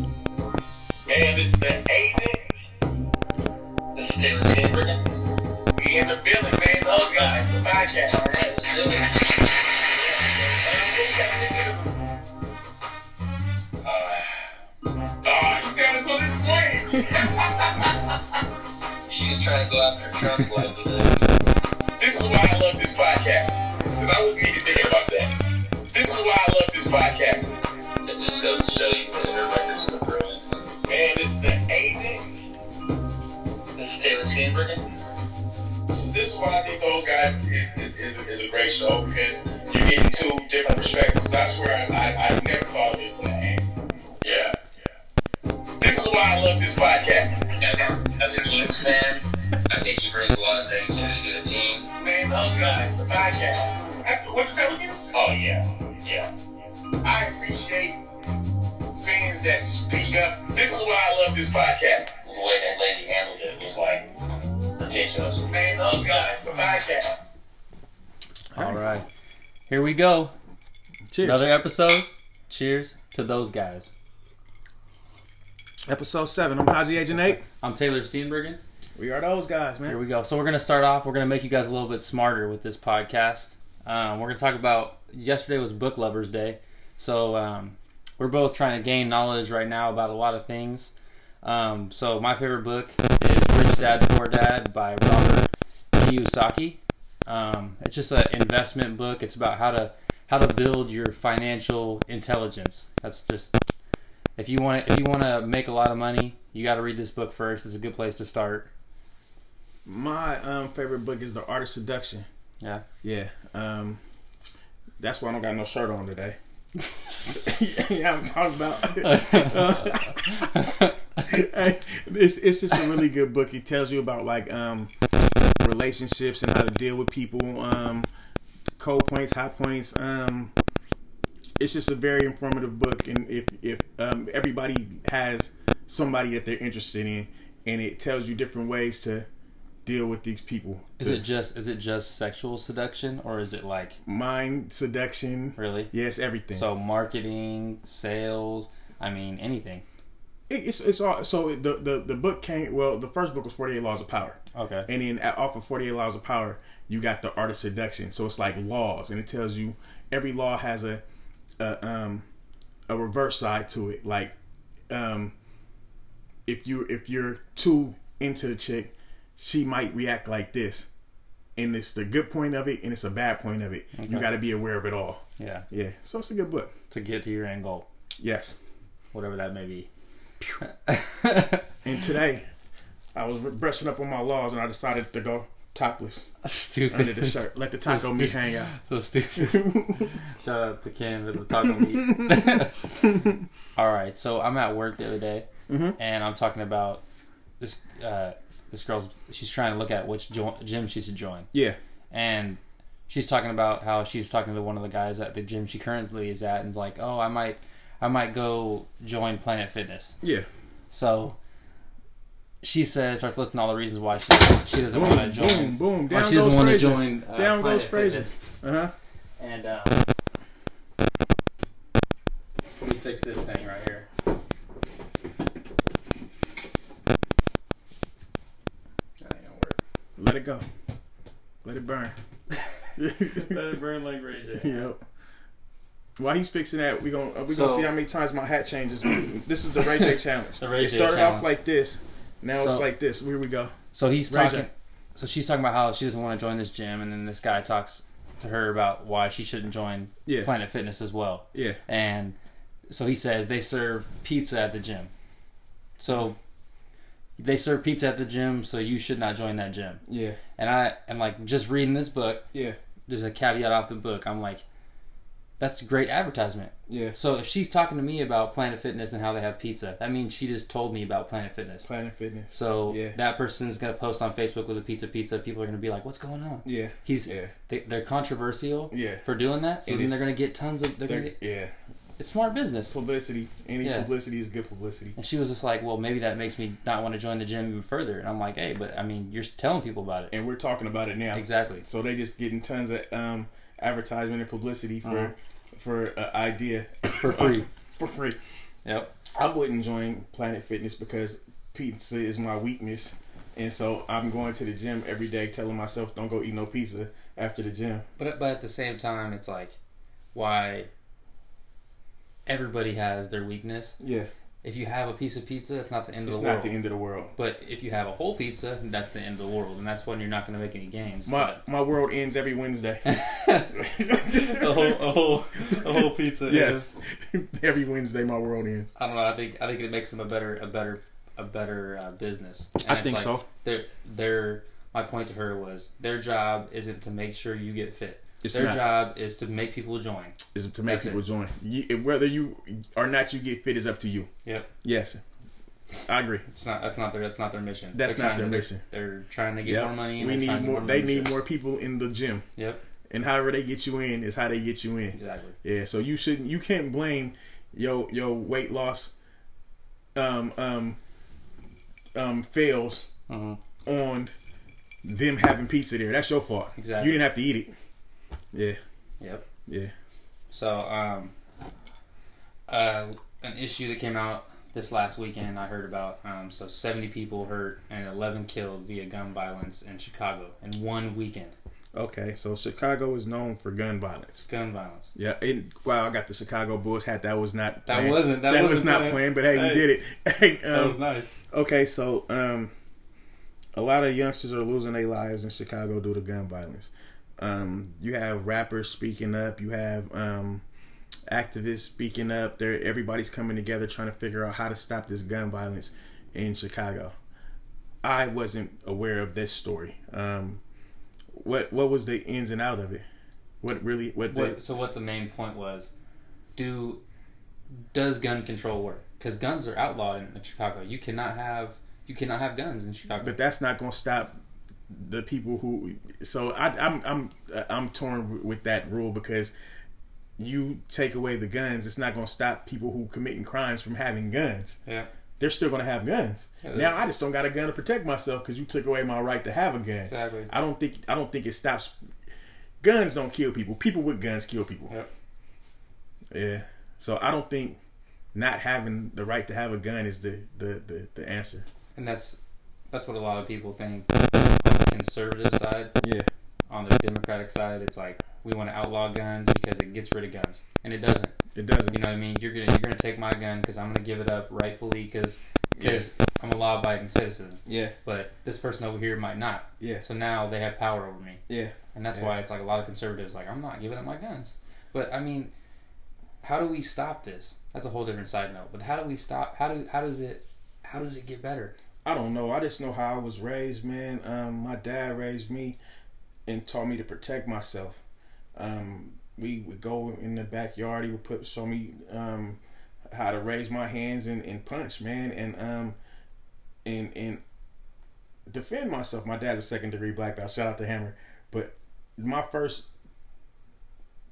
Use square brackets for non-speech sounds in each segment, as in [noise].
Man, this is the agent. This is the agent. We in the building, man. Those guys, the podcast. All right, let's do it. Uh, oh, you gotta go this way. She's trying to go after Trump's life. you know? this is why I love this podcast. Because I wasn't even thinking about that. This is why I love this podcast. It just goes to show you that her record's been ruined. Man, this is the agent. This is Taylor Sandbergen. This is why I think those guys is, is, is, a, is a great show because you're getting two different perspectives. I swear, I, I, I've never thought of it from that angle. Yeah. This is why I love this podcast. As a, as a Kings fan, I think she brings a lot of things to the team. Man, those guys, the podcast. After what you come against? Oh, yeah. Yeah. I appreciate fans that speak up. This is why I love this podcast. The way that lady handled it was like ridiculous. Man, those guys, the podcast. All right. Here we go. Cheers. Another episode. Cheers to those guys. Episode seven. I'm Haji Agent Eight. I'm Taylor Steenbergen. We are those guys, Here man. we go. So we're gonna start off. We're gonna make you guys a little bit smarter with this podcast. Um, we're gonna talk about yesterday was Book Lovers Day, so um, we're both trying to gain knowledge right now about a lot of things. Um, so my favorite book is Rich Dad Poor Dad by Robert Kiyosaki. Um, it's just an investment book. It's about how to how to build your financial intelligence. That's just if you want to, if you want to make a lot of money, you got to read this book first. It's a good place to start. My um, favorite book is The Art of Seduction. Yeah. Yeah. Um, that's why I don't got no shirt on today. [laughs] yeah, I'm talking about. Hey, it's it's just a really good book. It tells you about like um relationships and how to deal with people, um cold points, high points. Um it's just a very informative book and if if um everybody has somebody that they're interested in and it tells you different ways to deal with these people. Is it just is it just sexual seduction or is it like mind seduction? really? Yes, everything. So marketing, sales, I mean anything. It- it's it's all so the, the the book came well, the first book was 48 Laws of Power. Okay. and then at- off of 48 laws of power you got the art of seduction so it's like laws and it tells you every law has a, a um a reverse side to it like um if you if you're too into the chick she might react like this and it's the good point of it and it's a bad point of it you got to be aware of it all yeah. yeah so it's a good book To get to your end goal, yes whatever that may be. and today i was brushing up on my laws and i decided to go topless [laughs] stupid. under the shirt let the taco [laughs] meat hang out So stupid. [laughs] Shout out to Cam for the taco [laughs] meat. All right, so I'm at work the other day, Mm-hmm. and I'm talking about this. Uh, this girl's she's trying to look at which jo- gym she should join, yeah and she's talking about how she's talking to one of the guys at the gym she currently is at, and's like, "Oh, I might, I might go join Planet Fitness." yeah So she says, starts listing all the reasons why she she doesn't want to Boom, join. Oh, boom, boom. why Down she doesn't goes want to Frazier. join. Uh, Down Planet goes Frazier. Fitness. Uh huh. And um, let me fix this thing right here. That ain't gonna Let it go. Let it burn. [laughs] work. burn like Ray yep. While he's fixing that, we gonna we gonna So- see how many times my hat changes. [clears throat] this is the [laughs] Ray J challenge. The Ray it J started challenge. off like this. Now So- it's like this. Here we go. So he's Ray J. talking. So she's talking about how she doesn't want to join this gym, and then this guy talks to her about why she shouldn't join Yeah. Planet Fitness as well. Yeah. And so he says they serve pizza at the gym. So they serve pizza at the gym, so you should not join that gym. Yeah. And I and like just reading this book, Yeah. there's a caveat off the book. I'm like, that's great advertisement. Yeah. So if she's talking to me about Planet Fitness and how they have pizza, that means she just told me about Planet Fitness. Planet Fitness. So Yeah. that person's gonna post on Facebook with a pizza pizza. People are gonna be like, "What's going on?" Yeah. He's Yeah. they, they're controversial Yeah. for doing that. So It then is. they're gonna get tons of they're, They're- gonna get, yeah. it's smart business. Publicity. Any Yeah. publicity is good publicity. And she was just like, "Well, maybe that makes me not want to join the gym even further." And I'm like, "Hey, but I mean, you're telling people about it." And we're talking about it now. Exactly. So they just getting tons of um advertisement and publicity for Uh-huh. for an idea for free. for free. Yep. I wouldn't join Planet Fitness because pizza is my weakness, and so I'm going to the gym every day, telling myself don't go eat no pizza after the gym. But but at the same time, it's like why everybody has their weakness. Yeah, If you have a piece of pizza, it's not the end it's of the not world. the end of the world. But if you have a whole pizza, that's the end of the world, and that's when you're not going to make any gains. My my world ends every [laughs] Wednesday. a whole, a whole, a whole pizza. is- yes, [laughs] every Wednesday my world ends. I don't know. I think I think it makes them a better, a better, a better uh, business. And I it's think like, so. Their, their, my point to her was their job isn't to make sure you get fit. It's their not. job is to make people join. Is to make That's people it. join. You, whether you or not you get fit is up to you. Yep. Yes, I agree. It's not. That's not their. That's not their mission. That's They're not trying their to- mission. They're, they're trying to get Yep. more money. and we they're trying need to more. get They need memberships. more people in the gym, Yep. and however they get you in is how they get you in. Exactly. Yeah, so you shouldn't you can't blame your your weight loss um um um fails Mhm. on them having pizza there. That's your fault. Exactly. You didn't have to eat it. Yeah, Yep. yeah. So, um, uh, an issue that came out this last weekend I heard about. Um, so, 70 people hurt and 11 killed via gun violence in Chicago in one weekend. Okay, so Chicago is known for gun violence. It's gun violence. Yeah, and wow, I got the Chicago Bulls hat. That was not That wasn't- that was wasn't not planned. planned. But hey, Hey. you did it. [laughs] Hey, um, nice. Okay, so um, a lot of youngsters are losing their lives in Chicago due to gun violence. Um, you have rappers speaking up. You have um, activists speaking up. They're, everybody's coming together trying to figure out how to stop this gun violence in Chicago. I wasn't aware of this story. Um, what what was the ins and out of it? What really what, the, What, so, what the main point was? Do does gun control work? Because guns are outlawed in, in Chicago. You cannot have you cannot have guns in Chicago. but that's not going to stop the people who. So I, I'm I'm I'm torn with that rule because you take away the guns, it's not going to stop people who committing crimes from having guns. yeah. They're still going to have guns. Yeah. Now I just don't got a gun to protect myself because you took away my right to have a gun. Exactly. I don't think I don't think it stops. Guns don't kill people. People with guns kill people. Yep. Yeah. So I don't think not having the right to have a gun is the the the, the answer. And that's that's what a lot of people think. On the conservative side, Yeah. on the Democratic side, it's like we want to outlaw guns because it gets rid of guns, and it doesn't. It doesn't. You know what I mean? You're gonna you're gonna take my gun because I'm gonna give it up rightfully because I'm a law-abiding citizen. Yeah. But this person over here might not. Yeah. So now they have power over me, Yeah. and that's Yeah. why it's like a lot of conservatives like I'm not giving up my guns. But I mean, how do we stop this? That's a whole different side note. But how do we stop? How do how does it how does it get better? I don't know. I just know how I was raised, man. Um, my dad raised me and taught me to protect myself. Um, we would go in the backyard. He would put show me um, how to raise my hands and, and punch, man, and um, and and defend myself. My dad's a second degree black belt. Shout out to Hammer. But my first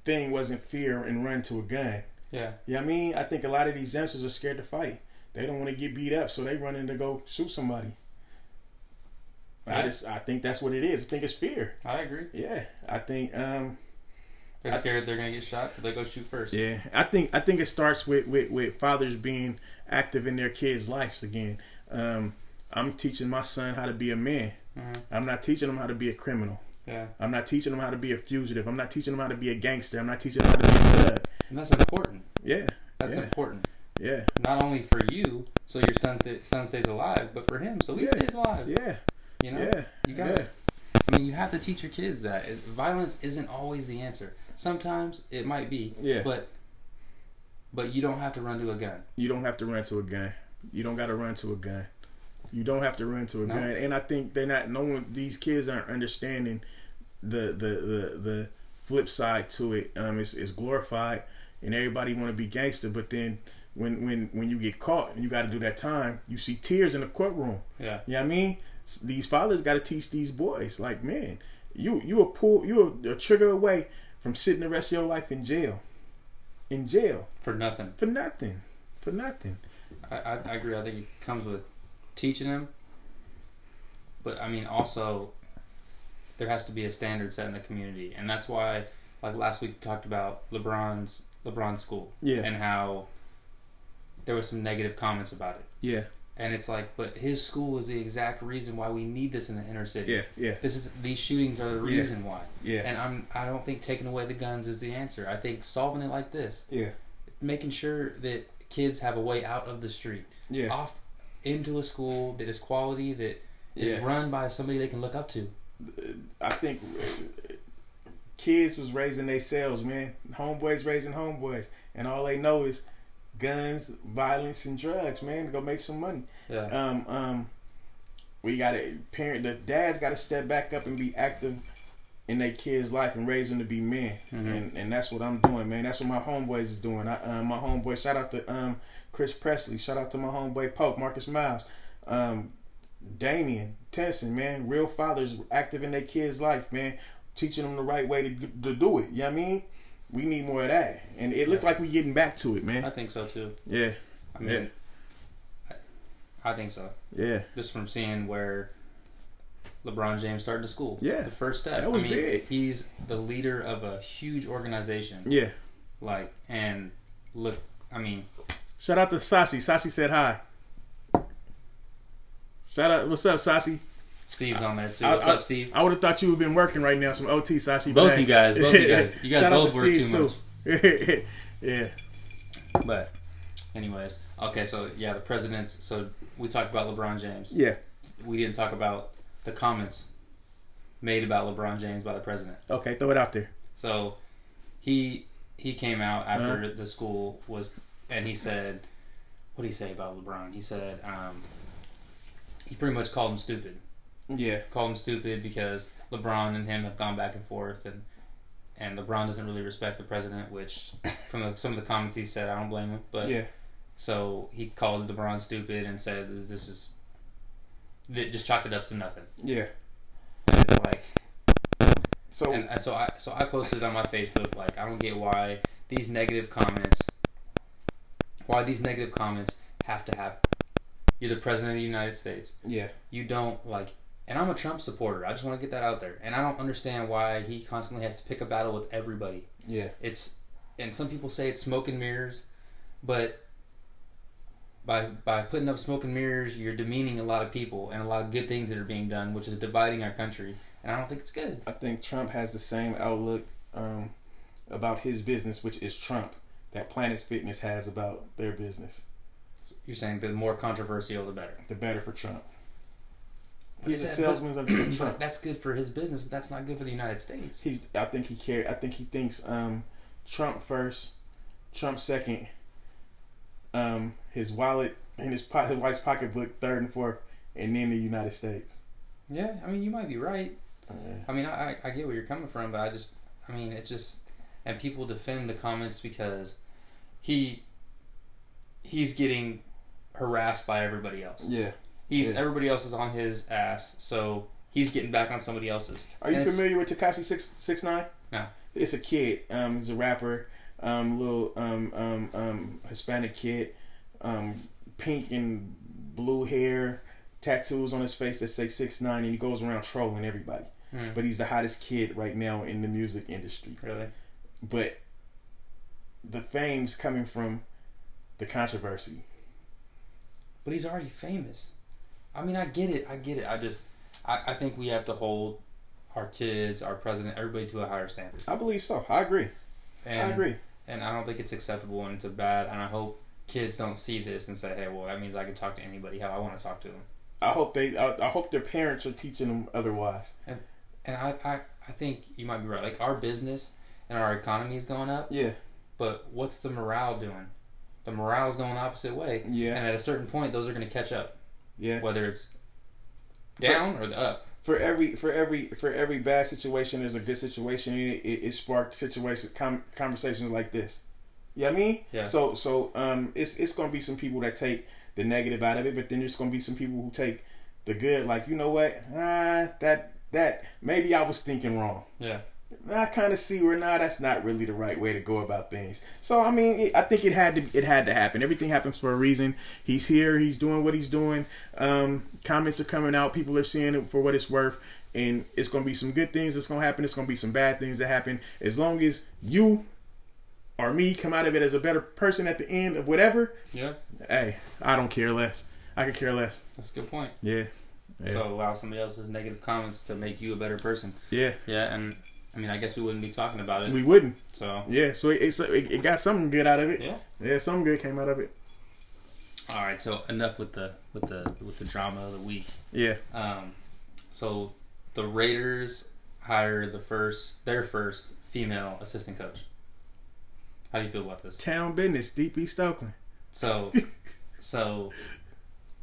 thing wasn't fear and run to a gun. Yeah. You know what I mean? I think a lot of these youngsters are scared to fight. They don't want to get beat up, so they running to go shoot somebody. I Yeah. just I think that's what it is. I think it's fear. I agree. Yeah. I think um They're scared they're gonna get shot, so they go shoot first. Yeah. I think I think it starts with with, with fathers being active in their kids' lives again. Um I'm teaching my son how to be a man. Mhm. I'm not teaching him how to be a criminal. Yeah. I'm not teaching him how to be a fugitive. I'm not teaching him how to be a gangster. I'm not teaching him how to be a thug. And that's important. Yeah. That's yeah. important. yeah. Not only for you, so your son, sta son stays alive, but for him, so he Yeah. stays alive. Yeah. You know? Yeah. You got Yeah. to I mean, you have to teach your kids that. It- Violence isn't always the answer. Sometimes it might be. Yeah. But but you don't have to run to a gun. you don't have to run to a gun. You don't got to run to a gun. You don't have to run to a No. gun. And I think they're not. No one. These kids aren't understanding the the the the flip side to it. Um, it's it's glorified, and everybody want to be gangster. But then when when when you get caught and you got to do that time, you see tears in the courtroom. Yeah. You know what I mean? S- These fathers got to teach these boys. Like man, you you a pull you a, a trigger away from sitting the rest of your life in jail, in jail For nothing. for nothing, for nothing. I, I, I agree. I think it comes with teaching them. But I mean, also, there has to be a standard set in the community, and that's why like last week we talked about LeBron's LeBron school Yeah. and how there was some negative comments about it. Yeah, And it's like, but his school is the exact reason why we need this in the inner city. yeah, yeah, This is these shootings are the Yeah. reason why. yeah, And I'm I don't think taking away the guns is the answer. I think solving it like this, yeah, making sure that kids have a way out of the street, yeah, off into a school that is quality that is yeah. run by somebody they can look up to. I think uh, kids was raising they selves, man. Homeboys raising homeboys, and all they know is guns, violence, and drugs, man. To go make some money. Yeah. Um, um, we got to parent. The dads got to step back up and be active in their kids' life and raise them to be men. Mhm. And and that's what I'm doing, man. That's what my homeboys is doing. I um, my homeboy. Shout out to um Chris Presley. Shout out to my homeboy Pope Marcus Miles. Um, Damien Tennyson, man. Real fathers active in their kids' life, man. Teaching them the right way to to do it. You know what I mean? We need more of that, and it looked like we getting back to it, I man. think so too. Yeah, I mean I, I think so. yeah, Just from seeing where LeBron James started the school. Yeah. The first step. That was I mean, big. He's the leader of a huge organization. yeah. Like and look I mean Shout out to Sashi. Sashi said hi. Shout out. What's up, Sashi? Steve's on there too. I- What's I- up, Steve? I would have thought you would have been working right now. Some OT, Sashi. Both but hey. you guys, both you [laughs] guys. You guys Shout out both to work Steve, too too. [laughs] yeah. But anyways, okay, so yeah, the presidents so we talked about LeBron James. Yeah. We didn't talk about the comments made about LeBron James by the president. Okay. Throw it out there. So he he came out after the school was, and he said, "What did he say about LeBron?" He said um, he pretty much called him stupid. Yeah. Called him stupid because LeBron and him have gone back and forth, and and LeBron doesn't really respect the president, which [laughs] from the, some of the comments he said, I don't blame him. But Yeah. so he called LeBron stupid and said, "This, this is." that Just chalk it up to nothing. Yeah. And it's like, So and, and so I so I posted on my Facebook like I don't get why these negative comments, why these negative comments have to happen. You're the president of the United States. yeah. You don't like, and I'm a Trump supporter. I just want to get that out there. And I don't understand why he constantly has to pick a battle with everybody. Yeah. It's and some people say it's smoke and mirrors, but by by putting up smoke and mirrors, you're demeaning a lot of people and a lot of good things that are being done, which is dividing our country. And I don't think it's good. I think Trump has the same outlook um, about his business, which is Trump, that Planet Fitness has about their business. You're saying the more controversial, the [clears throat] better. The better for Trump. He's a Is that- but- salesman of Trump. But that's good for his business, but that's not good for the United States. he's I think he care I think he thinks um Trump first, Trump second, um his wallet and his po- his wife's pocketbook third and fourth, and then the United States. Yeah, I mean, you might be right. Yeah. I mean, I, I- I get where you're coming from, but I just, I mean, it just, and people defend the comments because he, he's getting harassed by everybody else. Yeah. He's yeah. everybody else is on his ass, so he's getting back on somebody else's. Are you And it's- familiar with Takashi six six nine? No. It's a kid. Um, he's a rapper. Um, little um um um Hispanic kid. Um, pink and blue hair, tattoos on his face that say six nine, and he goes around trolling everybody. Hmm. But he's the hottest kid right now in the music industry. Really? but the fame's coming from the controversy. But he's already famous. I mean, I get it. I get it. I just, I, I think we have to hold our kids, our president, everybody to a higher standard. I believe so. I agree. And, I agree. And I don't think it's acceptable and it's a bad. And I hope kids don't see this and say, hey, well, that means I can talk to anybody how I want to talk to them. I hope they. I, I hope their parents are teaching them otherwise. And I, I, I think you might be right. Like, our business and our economy is going up, Yeah. but what's the morale doing? The morale's going the opposite way. Yeah. And at a certain point, those are going to catch up, Yeah. whether it's down or the up. For every for every for every bad situation, there's a good situation. and It it, it sparked situation com, conversations like this. You know what I mean? Yeah. So so um, it's it's gonna be some people that take the negative out of it, but then there's gonna be some people who take the good. Like you know what? Ah, that that maybe I was thinking wrong. Yeah. I kind of see where now that's not really the right way to go about things. So I mean, it, I think it had to it had to happen. Everything happens for a reason. He's here. He's doing what he's doing. Um, comments are coming out. People are seeing it for what it's worth. and it's gonna be some good things that's gonna happen. It's gonna be some bad things that happen. As long as you or me come out of it as a better person at the end of whatever, Yeah, hey, I don't care less. I could care less. that's a good point. Yeah, Yeah. So allow somebody else's negative comments to make you a better person. yeah. Yeah, and I mean, I guess we wouldn't be talking about it. We wouldn't. so Yeah. So it, it's it, it got something good out of it. yeah. Yeah, something good came out of it. All right. So enough with the with the with the drama of the week. Yeah. Um, so the Raiders hire the first their first female assistant coach. How do you feel about this? Town business, deep East Oakland. [laughs] So, so [laughs]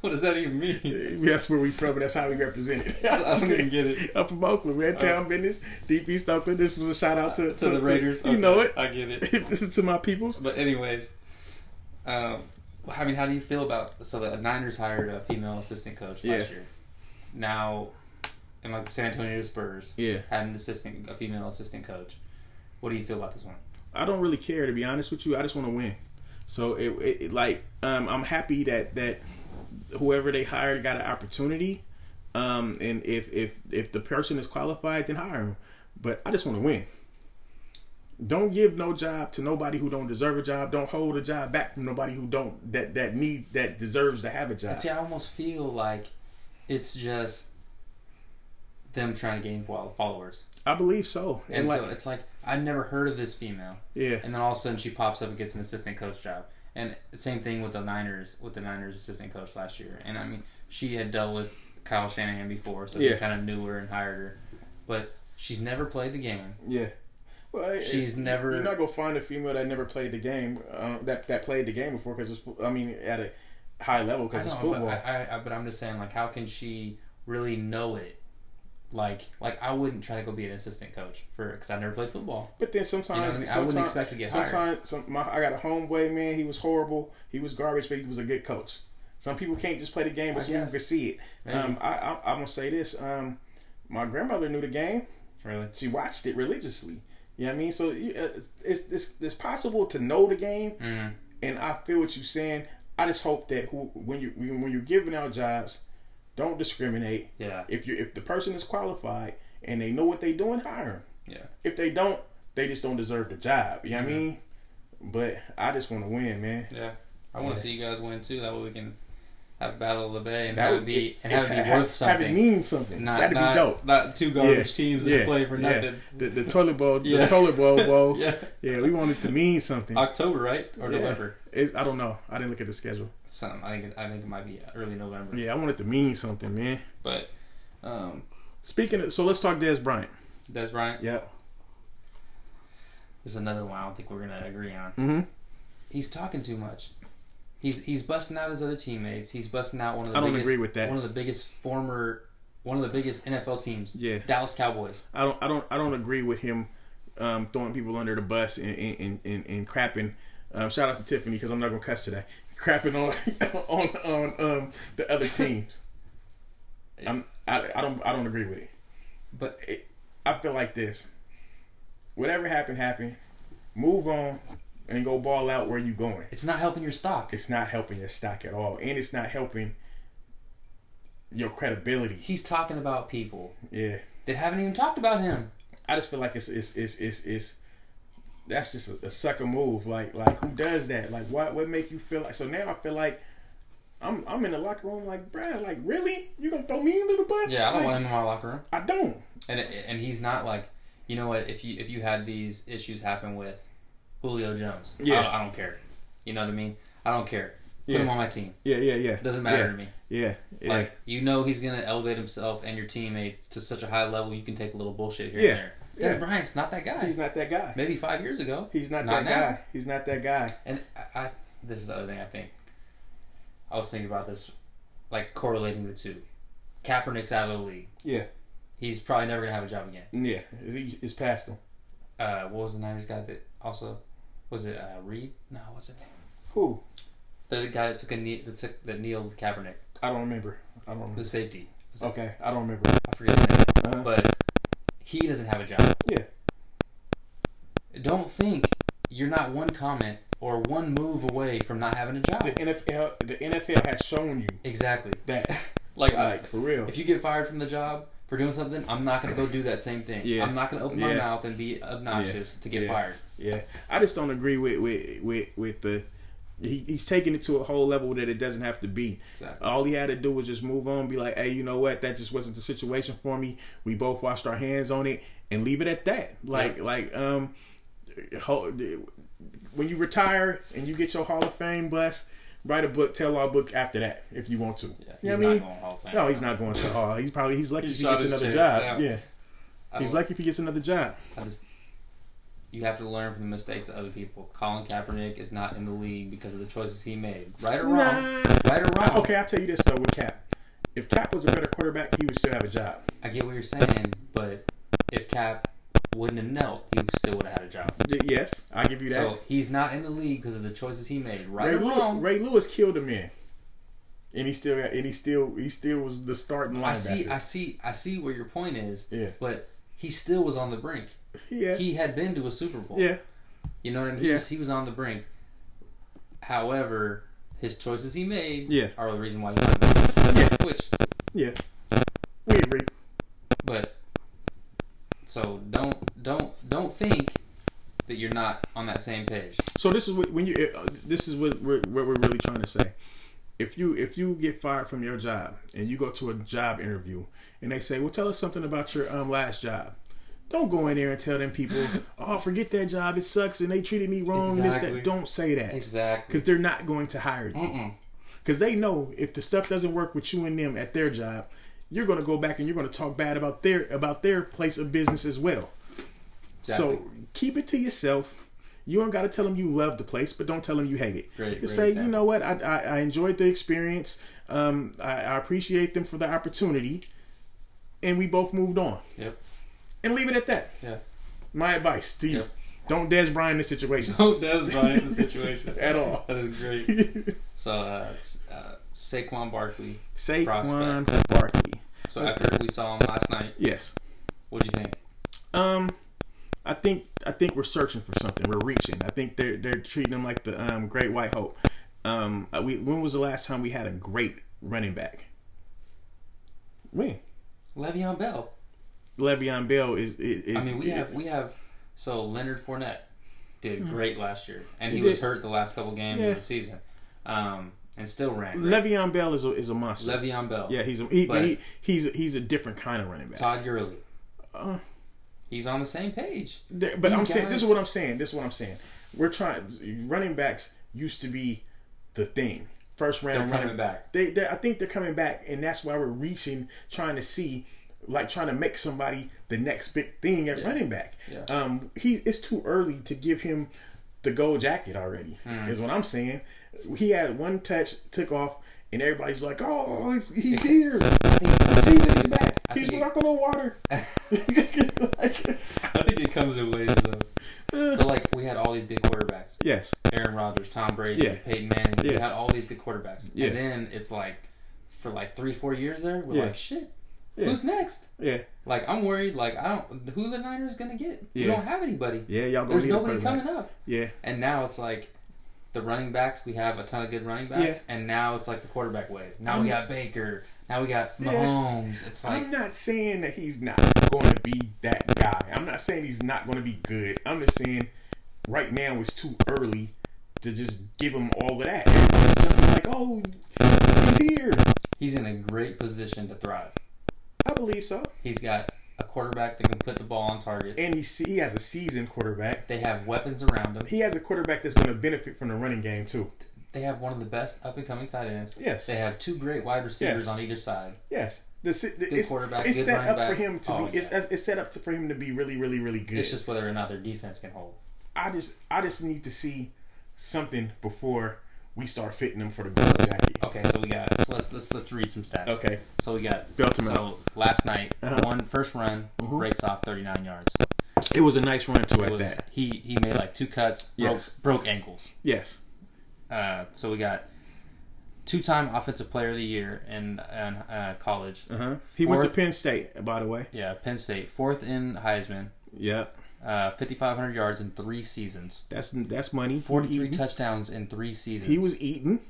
what does that even mean? [laughs] That's where we from. and That's how we represent it. [laughs] I don't even get [laughs] it. Uh, Up from Oakland, we had town business, deep East Oakland. This was a shout out to, To, the Raiders, you know Okay, it. [laughs] I get it. this is to my peoples. [laughs] But anyways, um, I mean, how do you feel about so the Niners hired a female assistant coach last Yeah. year? Now, and like the San Antonio Spurs Yeah. had an assistant, a female assistant coach. What do you feel about this one? I don't really care to be honest with you. I just want to win. So it, it, it like um, I'm happy that that whoever they hired got an opportunity. Um, and if if if the person is qualified, then hire him. But I just want to win. Don't give no job to nobody who don't deserve a job. Don't hold a job back from nobody who don't that that need that deserves to have a job. See, I almost feel like it's just them trying to gain fol- followers, I believe so. And, and, like so it's like I've never heard of this female. yeah, and then all of a sudden she pops up and gets an assistant coach job. And the same thing with the Niners with the Niners assistant coach last year. And I mean, she had dealt with Kyle Shanahan before, so Yeah. he kind of knew her and hired her. But she's never played the game. yeah. Well, She's it's- never- You're not gonna find a female that never played the game uh, that that played the game before because it's. fo- I mean, at a high level I because it's know, football. But, I, I, but I'm just saying, like, how can she really know it? Like, like I wouldn't try to go be an assistant coach for because I've never played football. But You then know sometimes, what I mean? I sometimes wouldn't expect to get hired. sometimes some, my, I got a homeboy man. He was horrible. He was garbage, but he was a good coach. Some people can't just play the game, but I some people guess. can see it. Maybe. Um, I, I, I'm gonna say this. Um, my grandmother knew the game. Really, She watched it religiously. You know what I mean? So you- uh, it's, it's it's it's possible to know the game, mm, and I feel what you're saying. I just hope that who, when you when you're giving out jobs, don't discriminate. yeah, If you if the person is qualified and they know what they're doing, hire 'em. Yeah. If they don't, they just don't deserve the job. You know what I mean? But I just want to win, man. yeah. I want to Yeah. see you guys win too. That way we can have Battle of the Bay and That have it be and have [laughs] it be have- worth something. Have it mean something. not, That'd not, be dope. Not two garbage teams that play for yeah. nothing. The, the toilet bowl, Yeah. the [laughs] toilet bowl bowl. yeah. Yeah. we want it to mean something. October, right? Or Yeah. November. It's- I don't know. I didn't look at the schedule. Something. I think it, I think it might be early November. Yeah, I want it to mean something, man. But um Speaking of, so let's talk Des Bryant. Des Bryant Yeah. this is another one I don't think we're gonna agree on. Mm-hmm. He's talking too much. He's he's busting out his other teammates. He's busting out one of the I don't biggest, agree with that. One of the biggest former one of the biggest NFL teams. Yeah. Dallas Cowboys. I don't I don't I don't agree with him um, throwing people under the bus and and, and, and, and crapping. Um, shout out to Tiffany because I'm not gonna cuss today. Crapping on [laughs] on on um, the other teams. I'm, I I don't I don't agree with it. But I feel like this. Whatever happened happened. Move on and go ball out where you going. it's not helping your stock. It's not helping your stock at all, and it's not helping your credibility. He's talking about people Yeah. that haven't even talked about him. I just feel like it's it's it's it's, it's that's just a, a sucker move. Like like who does that? Like what what make you feel like? So now I feel like I'm I'm in the locker room like bruh, like really you gonna throw me under the bus? Yeah, I don't Like, want him in my locker room. I don't. and and he's not like you know what if you if you had these issues happen with Julio Jones I Yeah. don't- I, don't care you know what I mean I don't care put Yeah. him on my team Yeah yeah yeah. doesn't matter Yeah, to me Yeah yeah. like you know he's gonna elevate himself and your teammates to such a high level you can take a little bullshit here Yeah. and there Des Yeah. Bryant's not that guy He's not that guy. maybe five years ago He's not, Not that now. guy. He's not that guy. and I, I this is the other thing I think I was thinking about this like correlating the two Kaepernick's out of the league Yeah. he's probably never gonna have a job again Yeah, he, it's past him. uh, what was the Niners guy that also was it uh, Reed? No, what's his name? Who? The guy that took a knee that took that kneeled with Kaepernick, I don't remember. I don't remember. the safety. Was it- Okay, I don't remember. I forget his name, Uh-huh. but he doesn't have a job. Yeah. Don't think you're not one comment or one move away from not having a The job. NFL, the NFL has shown you [laughs] Exactly. that Like, I- Like for real. if you get fired from the job for doing something, I'm not gonna go do that same thing. Yeah. I'm not gonna open my Yeah. mouth and be obnoxious to get Yeah. fired. Yeah, I just don't agree with with with, with the. He, he's taking it to a whole level that it doesn't have to be. Exactly. All he had to do was just move on, be like, "Hey, you know what? That just wasn't the situation for me. We both washed our hands on it, and leave it at that." Like, like, um, ho- when you retire and you get your Hall of Fame bus, write a book, tell all book after that if you want to. Yeah, he's you know what I not mean? going Hall of Fame. No, he's not going to Hall. He's probably he's lucky He if he shot gets his another chance job. now. Yeah, I he's don't- lucky if he gets another job. I just, you have to learn from the mistakes of other people. Colin Kaepernick is not in the league because of the choices he made. Right or wrong. Nah. Right or wrong. Okay, I'll tell you this though with Cap. If Cap was a better quarterback, he would still have a job. I get what you're saying, but if Cap wouldn't have knelt, he still would have had a job. Y- yes, I give you that. So he's not in the league because of the choices he made. Right Ray, or Lew- wrong. Ray Lewis killed a man. And he still got, and he still he still was the starting linebacker. I see, I see, I see where your point is. Yeah. But he still was on the brink. yeah. He had been to a Super Bowl. yeah. You know what I mean? He, Yeah. was, he was on the brink. However, his choices he made Yeah. are the reason why he's on the brink. Yeah. Which, Yeah. We agree. but so don't don't don't think that you're not on that same page. So this is what when you uh, this is what we're, what we're really trying to say. If you if you get fired from your job and you go to a job interview and they say, "Well, tell us something about your um last job." Don't go in there and tell [laughs] them people, "Oh, forget that job. It sucks and they treated me wrong." and This, Exactly. that. Don't say that. Exactly. Mm. because they're not going to hire you. Because they know if the stuff doesn't work with you and them at their job, you're going to go back and you're going to talk bad about their about their place of business as well. So Exactly. keep it to yourself. You don't got to tell them you love the place, but don't tell them you hate it. Great, you great say, you example. know what? I, I, I enjoyed the experience. Um, I, I appreciate them for the opportunity, and we both moved on. Yep. [laughs] And leave it at that. Yeah. My advice to you: Yep. don't Des Bryant [laughs] this situation Who does Brian the [laughs] situation? at all. That is great. [laughs] So uh, uh, Saquon Barkley. Saquon Prospect. Barkley. So after we saw him last night, Yes. what'd you think? Um, I think I think we're searching for something. We're reaching. I think they're they're treating him like the um, Great White Hope. Um, uh, we when was the last time we had a great running back? When Le'Veon Bell. Le'Veon Bell is. is, is I mean, we is- have we have so Leonard Fournette did great last year, and he, Mm-hmm. He was did. hurt the last couple games Yeah. of the season, um, and still ran. great. Le'Veon Bell is a, is a monster. Le'Veon Bell, yeah, he's a, he, But- he he's he's a different kind of running back. Todd Gurley, Uh. he's on the same page. There- but These I'm saying this is guys- what I'm saying. This is what I'm saying. We're trying. Running backs used to be the thing. First round They're running coming back. They, they, I think they're coming back, and that's why we're reaching, trying to see, like trying to make somebody the next big thing at running back. Yeah. Um, he it's too early to give him the gold jacket already. Hmm. Is what I'm saying. He had one touch, took off, and everybody's like, "Oh, he's here! Jesus, he's back! [laughs] I he's think- walking [laughs] on water!" [laughs] I think it comes in waves though. So like we had all these good quarterbacks: yes. Aaron Rodgers, Tom Brady, Yeah. Peyton Manning. We Yeah. had all these good quarterbacks, Yeah. and then it's like for like three, four years there, we're Yeah. like, shit, Yeah. who's next? Yeah. Like I'm worried. Like I don't who the Niners gonna get. We Yeah. don't have anybody. Yeah. Y'all gonna There's need a nobody quarterback. coming up. Yeah. And now it's like the running backs. We have a ton of good running backs, and now it's like the quarterback wave. Now we got Baker. Now we got Mahomes. It's like I'm not saying that he's not going to be that guy. I'm not saying he's not going to be good. I'm just saying right now it's too early to just give him all of that. Everybody's jumping Like, oh, he's here. he's in a great position to thrive. I believe so. He's got a quarterback that can put the ball on target. And he see, he has a seasoned quarterback. They have weapons around him. He has a quarterback that's going to benefit from the running game too. They have one of the best up and coming tight ends. Yes. They have two great wide receivers Yes. on either side. Yes. The, si- the, it's, quarterback, it's good set running up for back. him to Oh, be. It's, it's set up to, for him to be really, really, really good. It's just whether or not their defense can hold. I just, I just need to see something before we start fitting him for the gold jacket. Okay, so we got so let's let's let's read some stats. Okay. So we got Belt him so out. last night Uh-huh. Mm-hmm. one first run breaks off 39 yards. It was a nice run too at Was- that. he he made like two cuts, broke Yes. broke ankles. Yes. Uh, so we got two-time offensive player of the year in, in uh, college. Uh-huh. He went Fourth. to Penn State, by the way. Yeah, Penn State fourth in Heisman, Yep. uh, 5,500 yards in three seasons, That's that's money. 43 Eaton. touchdowns in three seasons. He was eating.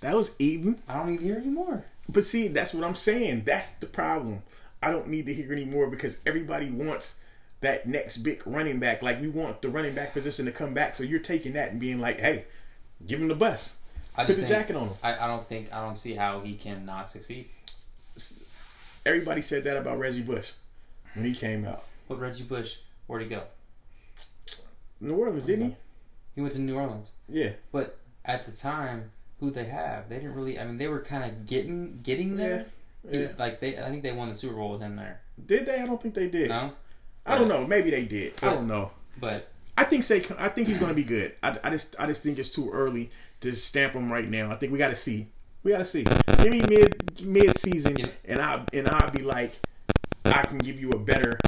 That was eating. I don't even hear anymore. But see, that's what I'm saying. That's the problem. I don't need to hear anymore because everybody wants that next big running back. Like we want the running back position to come back. So you're taking that and being like, hey, give him the bus. I Put just the think- jacket on him. I, I don't think I don't see how he can not succeed. Everybody said that about Reggie Bush when he came out. But Reggie Bush, where'd he go? New Orleans, didn't He went to New Orleans. he? Yeah. But at the time, who they have, they didn't really. I mean, they were kind of getting getting there. Yeah. Yeah. Like they, I think they won the Super Bowl with him there. Did they? I don't think they did. No, I don't know. Maybe they did. I But- don't know. but I think say I think he's going to be good. I, I just I just think it's too early to stamp him right now. I think we got to see. We got to see. Give me mid mid season, Yeah. and I and I'll be like, I can give you a better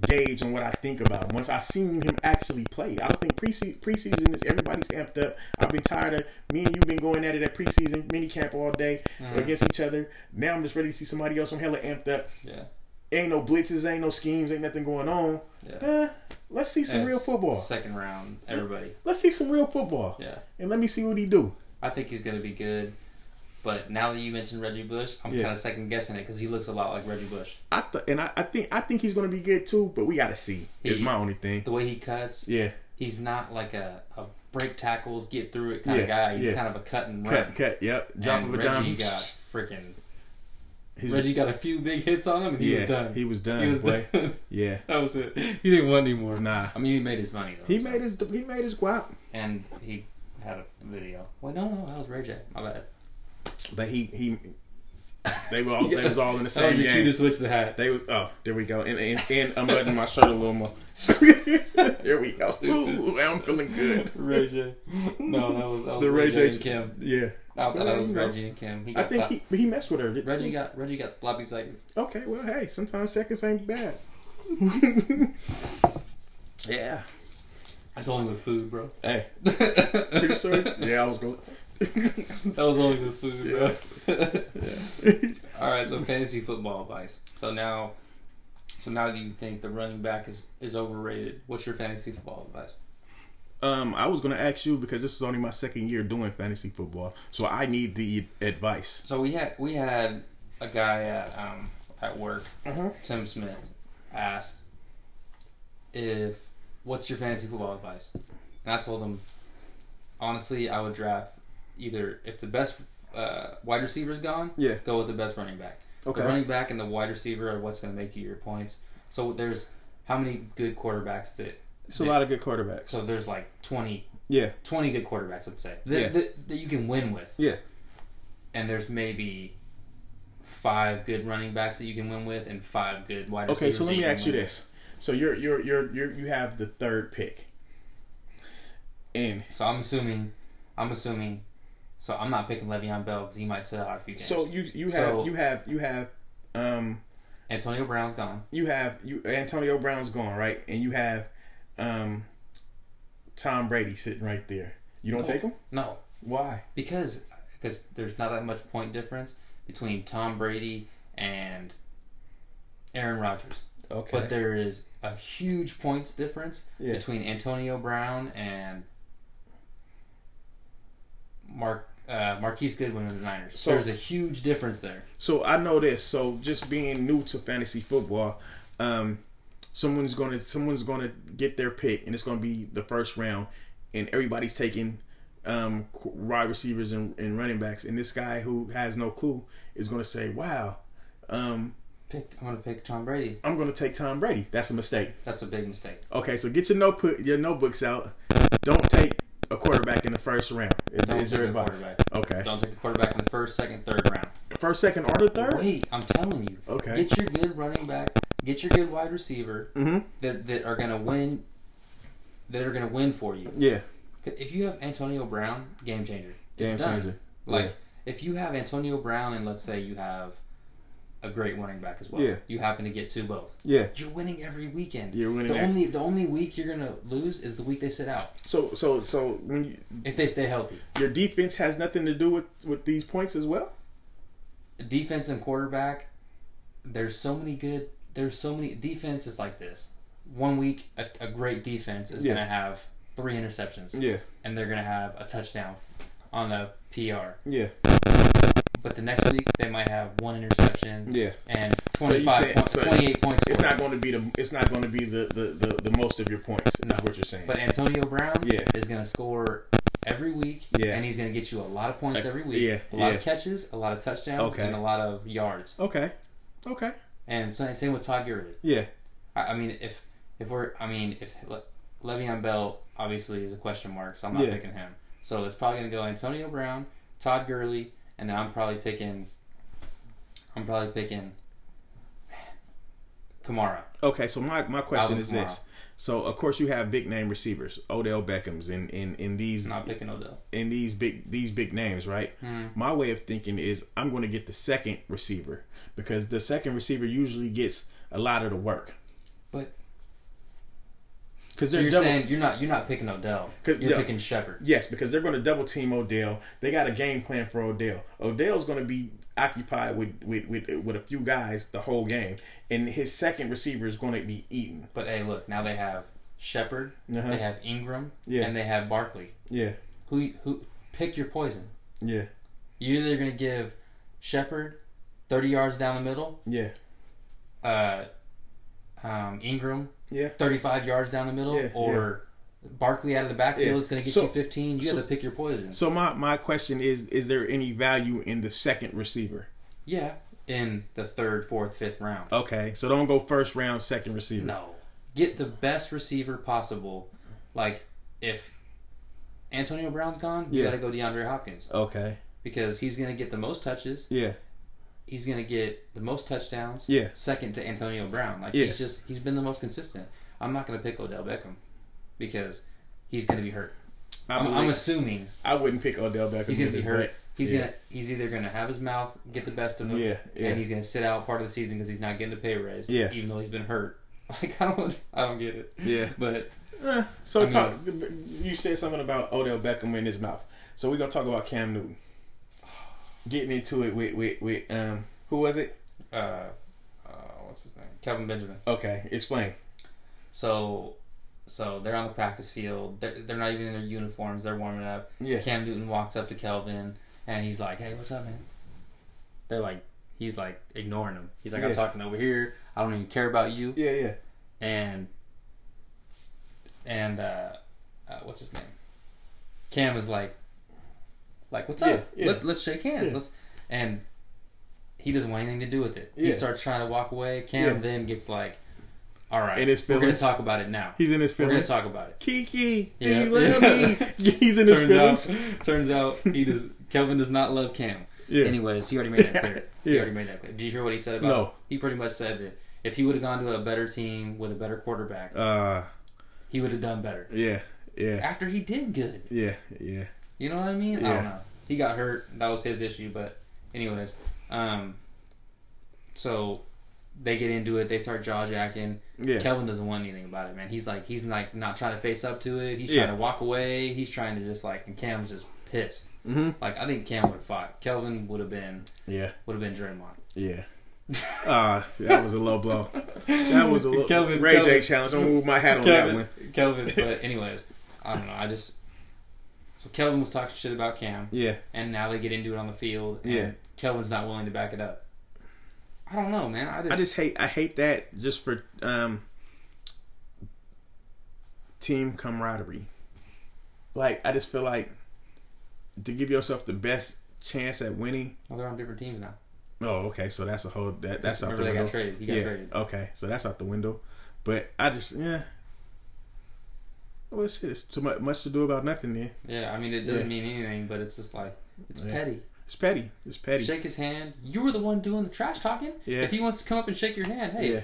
gauge on what I think about him once I seen him actually play. I don't think preseason preseason is everybody's amped up. I've been tired of me and you been going at it at preseason mini camp all day Mm-hmm. against each other. Now I'm just ready to see somebody else. I'm hella amped up. yeah, Ain't no blitzes, ain't no schemes, ain't nothing going on. yeah. Eh, let's see some Yeah, real it's football Second round, everybody. let's see some real football Yeah, and let me see what he do. I think he's gonna be good. But now that you mentioned Reggie Bush, I'm Yeah. kind of second guessing it because he looks a lot like Reggie Bush. I th- and I, I think I think he's gonna be good too, but we gotta see. Is He- my only thing. The way he cuts, Yeah, he's not like a, a break tackles, get through it kind Yeah, of guy. He's yeah. kind of a cut and run. cut, cut. Yep, drop and of a Reggie dime. got freaking. He's- Reggie got a few big hits on him, and he yeah, was done. he was done. He was boy. done. [laughs] Yeah, that was it. He didn't want anymore. nah. I mean, he made his money though. He so. made his he made his guap, and he had a video. Well, no, no, that was Ray J. My bad. but he he they were all [laughs] they Yeah. was all in the That was same your cue to game. switch the hat. They was oh there we go and and, and unbuttoning my shirt a [laughs] little more. there we go. Ooh, I'm feeling good. Ray J. [laughs] No, that was, that was The Ray, Ray J, J- and Kim. Yeah, I thought Yeah, that was you know. Reggie and Kim. He I got think flop- he but he messed with her. didn't Reggie he? got Reggie got sloppy seconds. Okay, well, hey, sometimes seconds ain't bad. [laughs] yeah. That's only with food, [laughs] bro. Hey, pretty that [laughs] sure. [laughs] yeah, I was going. was only with food, bro. [laughs] All right, so fantasy football advice. So now, so now that you think the running back is is overrated, what's your fantasy football advice? um, I was gonna ask you because this is only my second year doing fantasy football, so I need the advice. So we had we had a guy at um, at work, Mm-hmm. Tim Smith, asked if what's your fantasy football advice, and I told him honestly I would draft either if the best uh, wide receiver is gone, Yeah. go with the best running back. Okay. The running back and the wide receiver are what's going to make you your points. So there's how many good quarterbacks that It's a lot of good quarterbacks. so there's like 20, yeah, 20 good quarterbacks let's say that, Yeah. that, that you can win with yeah, and there's maybe five good running backs that you can win with and five good wide Okay, receivers. so let me can ask you win this: so you're you're you're you're you have the third pick, and with. So I'm assuming, I'm assuming, so I'm not picking Le'Veon Bell because he might sit out a few games. so you you have So- you have you have um Antonio Brown's gone. you have you Antonio Brown's gone right, and you have um Tom Brady sitting right there. You don't take him? No, Why? because because there's not that much point difference between Tom Brady and Aaron Rodgers, Okay. but there is a huge points difference Yeah. between Antonio Brown and Mark uh, Marquise Goodwin of the Niners. So- there's a huge difference there. so I know this. So just being new to fantasy football, um, someone's gonna someone's gonna get their pick, and it's gonna be the first round, and everybody's taking um, qu- wide receivers and, and running backs, and this guy who has no clue is gonna say, "Wow, um, pick. I'm gonna pick Tom Brady. I'm gonna take Tom Brady." That's a mistake. That's a big mistake. Okay, so get your notebook, your notebooks out. Don't take a quarterback in the first round. Is, Don't is your take a advice? quarterback. Okay, Don't take a quarterback in the first, second, third round. first, second, or the third? Wait, I'm telling you. Okay. Get your good running back. Get your good wide receiver Mhm. that that are gonna win. That are gonna win for you. Yeah, 'Cause If you have Antonio Brown, game changer. It's game done. changer. Like Yeah. if you have Antonio Brown and let's say you have a great running back as well. Yeah. You happen to get two both. Yeah. You're winning every weekend. You're winning The every- only the only week you're gonna lose is the week they sit out So, so, so when you, if they stay healthy. your defense has nothing to do with with these points as well. defense and quarterback, there's so many good. There's so many defense is like this. One week, a, a great defense is Yeah. going to have three interceptions, Yeah, and they're going to have a touchdown on the PR. yeah. but the next week they might have one interception Yeah. and So you 25 said- points, so 28 points. It's scored. not going to be the. It's not going to be the the, the, the most of your points. Is what you're saying. But Antonio Brown Yeah. is going to score every week, Yeah. and he's going to get you a lot of points Uh, every week, yeah, a lot yeah. of catches, a lot of touchdowns, Okay. and a lot of yards. okay. Okay. And so, same with Todd Gurley. Yeah. I, I mean, if if we're, I mean, if Le, Le'Veon Bell obviously is a question mark, so I'm not Yeah. picking him. So it's probably going to go Antonio Brown, Todd Gurley, and then I'm probably picking, I'm probably picking, Kamara. Okay, so my, my question Alvin is this. Kamara. So of course you have big name receivers, Odell Beckham's in in, in these I'm not picking Odell. in these big these big names, right? Hmm. My way of thinking is I'm going to get the second receiver because the second receiver usually gets a lot of the work But because so they're you're double, saying you're not you're not picking Odell. 'Cause- You're yeah. picking Shepard. yes because they're going to double team Odell. They got a game plan for Odell. Odell's going to be occupied with with, with with a few guys the whole game, and his second receiver is going to be eaten. But hey, look, now they have Shepard, Uh-huh. they have Ingram, Yeah. and they have Barkley. Yeah, Who who pick your poison? yeah, You're either gonna give Shepard thirty yards down the middle, yeah, uh, um, Ingram yeah. thirty five yards down the middle, Yeah, or Barkley out of the backfield Yeah. is gonna get So- you fifteen. You so- have to pick your poison. So my, my question is: Is there any value in the second receiver? yeah, in the third, fourth, fifth round. Okay, so don't go first round, second receiver. No. Get the best receiver possible. Like, if Antonio Brown's gone, you Yeah. got to go DeAndre Hopkins Okay. because he's going to get the most touches. Yeah. He's going to get the most touchdowns. Yeah. Second to Antonio Brown. Like, Yeah. he's just, he's been the most consistent. I'm not going to pick Odell Beckham because he's going to be hurt. I, I'm, believe, I'm assuming I wouldn't pick Odell Beckham. he's going to be either, hurt. He's yeah. gonna he's either gonna have his mouth get the best of him, Yeah, yeah. and he's gonna sit out part of the season because he's not getting a pay raise, Yeah. even though he's been hurt. [laughs] Like I don't I don't get it. Yeah. but But, eh, so mean- talk. You said something about Odell Beckham in his mouth. So we're gonna talk about Cam Newton. Getting into it with with, with um who was it? uh, uh, what's his name? Kevin Benjamin. Okay, explain. So, so they're on the practice field. They're, they're not even in their uniforms. They're warming up. Yeah. Cam Newton walks up to Kelvin and he's like, "Hey, what's up, man?" They're like, he's like ignoring him. He's like, Yeah. "I'm talking over here. I don't even care about you." Yeah, yeah. And and uh, uh, what's his name? Cam is like, like, "What's Yeah, up? yeah. Let, us shake hands. Yeah. Let's." And he doesn't want anything to do with it. He Yeah. starts trying to walk away. Cam Yeah. then gets like, "All right, In his we're going to feelings? talk about it now." He's in his We're gonna feelings. talk about it. Kiki, do Yeah. you love [laughs] me? He's in his feelings. out, [laughs] turns out he does. Kelvin does not love Cam. Yeah. Anyways, he already made that [laughs] clear. He Yeah. already made that clear. Did you hear what he said about? No. it? He pretty much said that if he would have gone to a better team with a better quarterback, Uh, he would have done better. yeah, yeah, After he did good, yeah, yeah. you know what I mean? I Yeah. don't know. He got hurt. That was his issue. But anyways, um, so they get into it. They start jaw jacking. Yeah. Kelvin doesn't want anything about it, man. He's like, he's like not trying to face up to it. He's Yeah. trying to walk away. He's trying to just like, and Cam's just pissed. Mm-hmm. Like I think Cam would have fought. Kelvin would have been Yeah. would have been Draymond. Yeah. Ah, that was a low blow. That [laughs] was a low Kelvin- Ray J Kelvin- challenge. I'm gonna move my hat on that Kelvin, one. Kelvin. [laughs] But anyways, I don't know. I just so Kelvin was talking shit about Cam, Yeah, and now they get into it on the field. And Yeah. Kelvin's not willing to back it up. I don't know, man. I just, I just hate. I hate that just for um team camaraderie. Like I just feel like to give yourself the best chance at winning. well, they're on different teams now. Oh, okay. So that's a whole that that's out the Remember they window. got traded. He got yeah. traded. Okay. So that's out the window. But I just yeah. Well, shit. It's too much, much to do about nothing. Then Yeah, I mean it doesn't Yeah. mean anything, but it's just like it's Yeah. petty. it's petty. It's petty. Shake his hand. You were the one doing the trash talking. Yeah. If he wants to come up and shake your hand, hey, Yeah.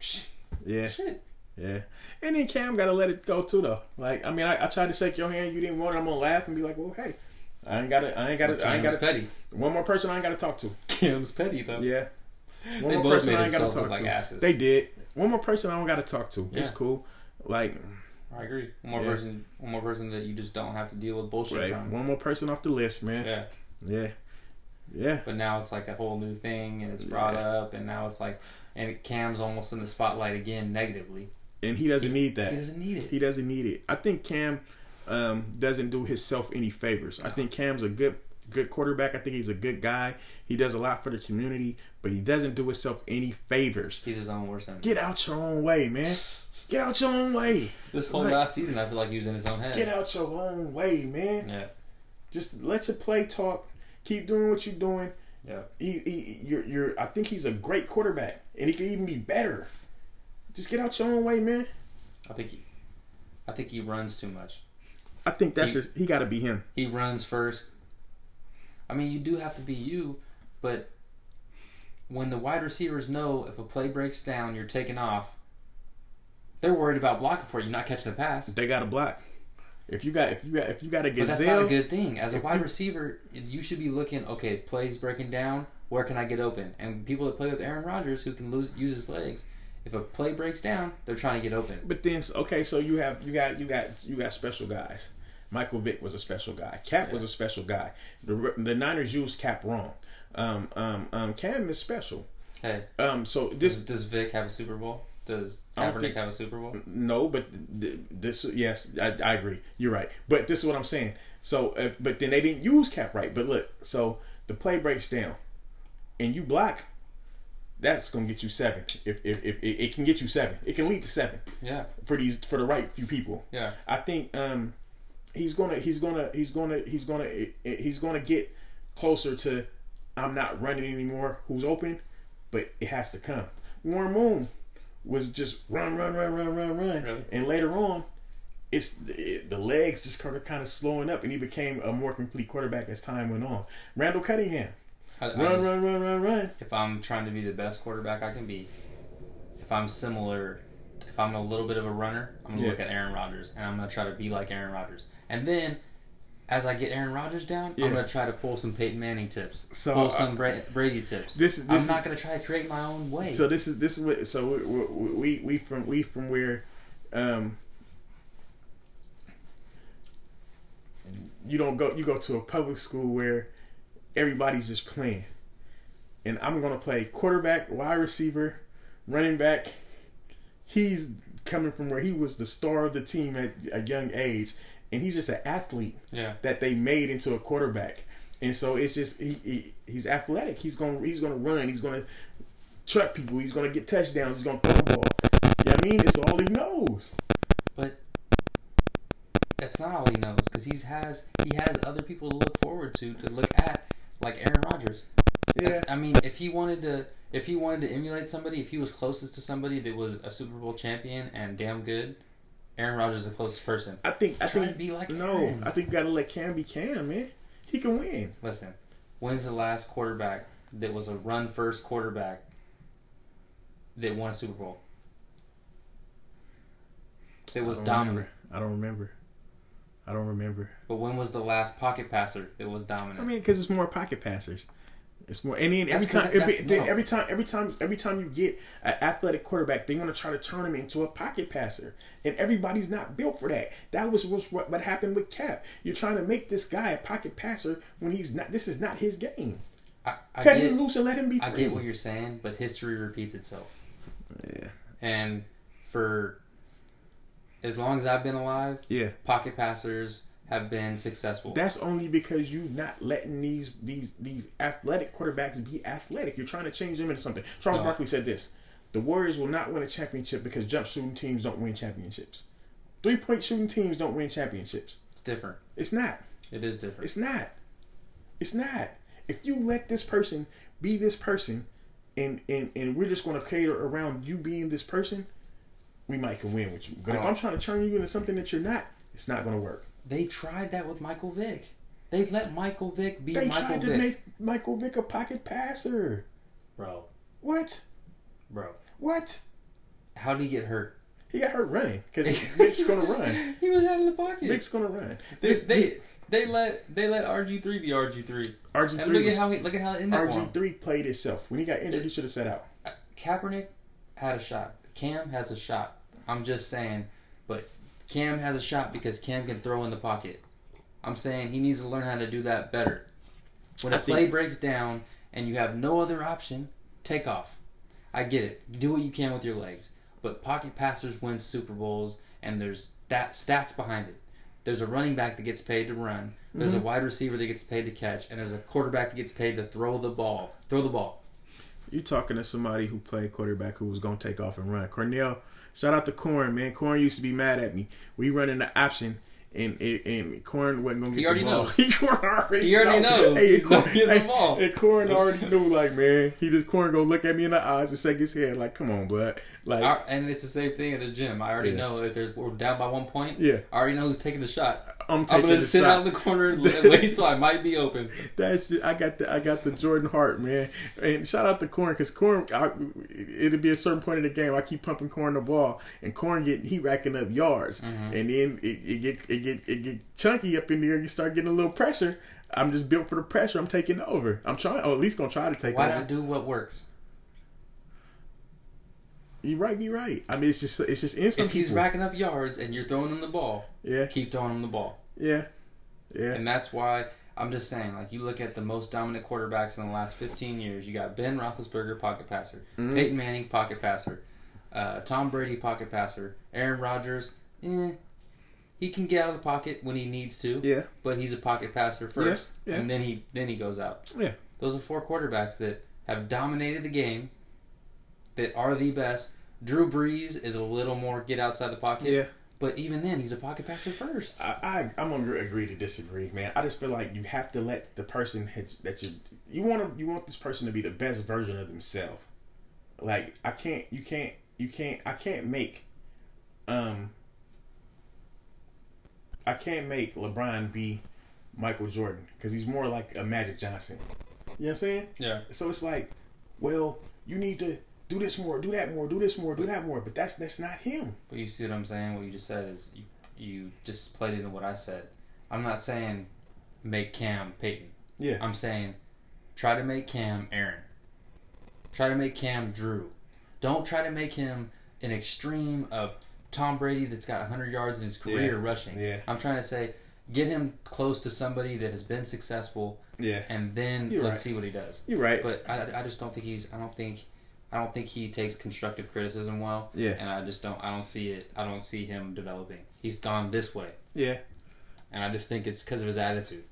psh, Yeah. shit. Yeah. And then Cam got to let it go too, though. Like, I mean, I, I tried to shake your hand, you didn't want it. I'm gonna laugh and be like, well, hey, I ain't got to, I ain't got to, I Cam's ain't got to. petty. One more person I ain't got to talk to. Cam's petty though. Yeah. One They more both person made I ain't got to themselves talk look to. like asses. They did. One more person I don't got to talk to. It's Yeah. cool. Like, I agree. One more Yeah. person, one more person that you just don't have to deal with bullshit right, from. one more person off the list, man. Yeah, Yeah. Yeah. but now it's like a whole new thing, and it's brought Yeah. up, and now it's like, and Cam's almost in the spotlight again negatively. And he doesn't need that. He doesn't need it. he doesn't need it. I think Cam um, doesn't do himself any favors. I think Cam's a good good quarterback. I think he's a good guy. He does a lot for the community, but he doesn't do himself any favors. He's his own worst enemy. Get out your own way, man. Get out your own way. This whole Like- last season, I feel like he was in his own head. Get out your own way, man. Yeah, Just let your play talk. Keep doing what you're doing. yeah. He, he, you're, you're. I think he's a great quarterback, and he can even be better. Just get out your own way, man. I think, he, I think he runs too much. I think that's He- just he got to be him. He runs first. I mean, you do have to be you, but when the wide receivers know if a play breaks down, you're taking off. They're worried about blocking for you, not catching the pass. They got to block. If you got, if you got, if you got a But that's not gazelle, a good thing. As a if wide you- receiver, you should be looking, okay, plays breaking down, where can I get open? And people that play with Aaron Rodgers who can lose use his legs, if a play breaks down, they're trying to get open. But then, okay, so you have you got you got you got special guys. Michael Vick was a special guy. Cap was a special guy. The, the Niners used Cap wrong. Um, um, um, Cam is special. Hey, Um, so does, this does Vic have a Super Bowl? Does I don't Kaepernick think- have a Super Bowl? no, but th- this yes, I, I agree. You're right. But this is what I'm saying. So, uh, but then they didn't use Cap right. But look, so the play breaks down, and you block. That's gonna get you seven. If if, if it, it can get you seven, it can lead to seven Yeah, for these for the right few people. yeah. I think um, he's gonna he's gonna he's gonna he's gonna he's gonna get closer to I'm not running anymore. Who's open? But it has to come. Warren Moon was just run run run run run run, Really? and later on, it's it, the legs just kind of kind of slowing up, and he became a more complete quarterback as time went on. Randall Cunningham, I, I run just- run run run run. If I'm trying to be the best quarterback I can be, if I'm similar, if I'm a little bit of a runner, I'm gonna Yeah. look at Aaron Rodgers and I'm gonna try to be like Aaron Rodgers. And then, as I get Aaron Rodgers down, Yeah. I'm gonna try to pull some Peyton Manning tips, So, pull uh, some Bra- Brady tips. This is this I'm is- not gonna try to create my own way. So this is this is what so we we, we we from we from where, um. You don't go. You go to a public school where everybody's just playing, and I'm gonna play quarterback, wide receiver, running back. He's coming from where he was the star of the team at a young age, and he's just an athlete yeah, that they made into a quarterback. And so it's just he, he he's athletic. He's gonna he's gonna run. He's gonna truck people. He's gonna get touchdowns. He's gonna throw the ball. You know what I mean? It's all he knows. but that's not all he knows because he's has he has other people to look forward to to look at, like Aaron Rodgers. Yeah. That's, I mean, if he wanted to, if he wanted to emulate somebody, if he was closest to somebody that was a Super Bowl champion and damn good, Aaron Rodgers is the closest person. I think I Try think to be like no. Aaron. I think you gotta let Cam be Cam, man. He can win. Listen, when's the last quarterback that was a run first quarterback that won a Super Bowl? That was I don't dominant. remember. I don't remember. I don't remember. But when was the last pocket passer that was dominant? I mean, because it's more pocket passers. It's more, and then every That's time, 'cause every, that's- then no. every time, every time, every time you get an athletic quarterback, they want to try to turn him into a pocket passer, and everybody's not built for that. That was what's- what what happened with Cap. You're trying to make this guy a pocket passer when he's not. This is not his game. I, I Cut get- him loose and let him be free. I get what you're saying, but history repeats itself. Yeah. And for as long as I've been alive, yeah, pocket passers have been successful. that's only because you're not letting these these these athletic quarterbacks be athletic. You're trying to change them into something. Charles No. Barkley said this: the Warriors will not win a championship because jump shooting teams don't win championships. Three point shooting teams don't win championships. it's different. It's not. It is different. It's not. It's not. If you let this person be this person, and and and we're just going to cater around you being this person, we might can win with you. But if No. I'm trying to turn you into something that you're not, it's not going to work. they tried that with Michael Vick. They let Michael Vick be They Michael tried to Vick. make Michael Vick a pocket passer. bro, What? bro. What? How did he get hurt? He got hurt running [laughs] because Vick's gonna run. He was out of the pocket. Vick's gonna run. they, This- they, this- they let they let RG three be RG three. RG And look three. at how he look at how it ended for him. RG three played itself. When he got injured, he should have set out. Kaepernick had a shot. Cam has a shot. I'm just saying, but Cam has a shot because Cam can throw in the pocket. I'm saying he needs to learn how to do that better. When a I think- play breaks down and you have no other option, take off. I get it. Do what you can with your legs. But pocket passers win Super Bowls, and there's that stats behind it. There's a running back that gets paid to run. There's Mm-hmm. a wide receiver that gets paid to catch, and there's a quarterback that gets paid to throw the ball. Throw the ball. You talking to somebody who played quarterback who was gonna take off and run. Cornell, shout out to Corn, man. Corn used to be mad at me. We running the option. And, and, and Corn wasn't gonna get He already the ball. knows. [laughs] He Corn already, He already knows. Hey, He's and Corn, not getting the hey, ball. And Corn already knew, like, man, he just Corn gonna look at me in the eyes and shake his head, like, come on, bud. Like, Our- and it's the same thing at the gym. I already Yeah. know if there's we're down by one point. Yeah. I already know who's taking the shot. I'm I'm taking gonna the sit shot. out in the corner [laughs] and l- wait till I might be open. That's just, I got the I got the Jordan Hart man, and shout out to Corn because Corn I, it'll be a certain point of the game I keep pumping Corn the ball and Corn get he racking up yards Mm-hmm. and then it, it get it get it get chunky up in there you start getting a little pressure I'm just built for the pressure I'm taking over I'm trying or at least gonna try to take Why over not do what works? you right be right I mean it's just it's just instant If he's people. racking up yards and you're throwing him the ball, yeah keep throwing him the ball. yeah yeah And that's why I'm just saying, like, you look at the most dominant quarterbacks in the last 15 years. You got Ben Roethlisberger, pocket passer. Mm-hmm. Peyton Manning, pocket passer. Uh, Tom Brady, pocket passer. Aaron Rodgers, eh. He can get out of the pocket when he needs to, yeah but he's a pocket passer first, yeah. and then he then he goes out. Yeah. Those are four quarterbacks that have dominated the game, that are the best. Drew Brees is a little more get outside the pocket, yeah but even then, he's a pocket passer first. I, I I'm gonna agree to disagree, man. I just feel like you have to let the person hit- that you you want to you want this person to be the best version of themselves. Like I can't, you can't, you can't, I can't make, um, I can't make LeBron be Michael Jordan because he's more like a Magic Johnson. You know what I'm saying? Yeah. So it's like, well, you need to do this more, do that more, do this more, do that more, but that's that's not him. But you see what I'm saying? What you just said is you, you just played into what I said. I'm not saying make Cam Peyton. Yeah. I'm saying try to make Cam Aaron. Try to make Cam Drew. Don't try to make him an extreme of Tom Brady that's got 100 yards in his career Yeah. rushing. Yeah. I'm trying to say get him close to somebody that has been successful Yeah. and then You're let's right. see what he does. You're right. But I, I just don't think he's I don't think I don't think he takes constructive criticism well. Yeah. And I just don't I don't see it I don't see him developing. He's gone this way. yeah. And I just think it's because of his attitude.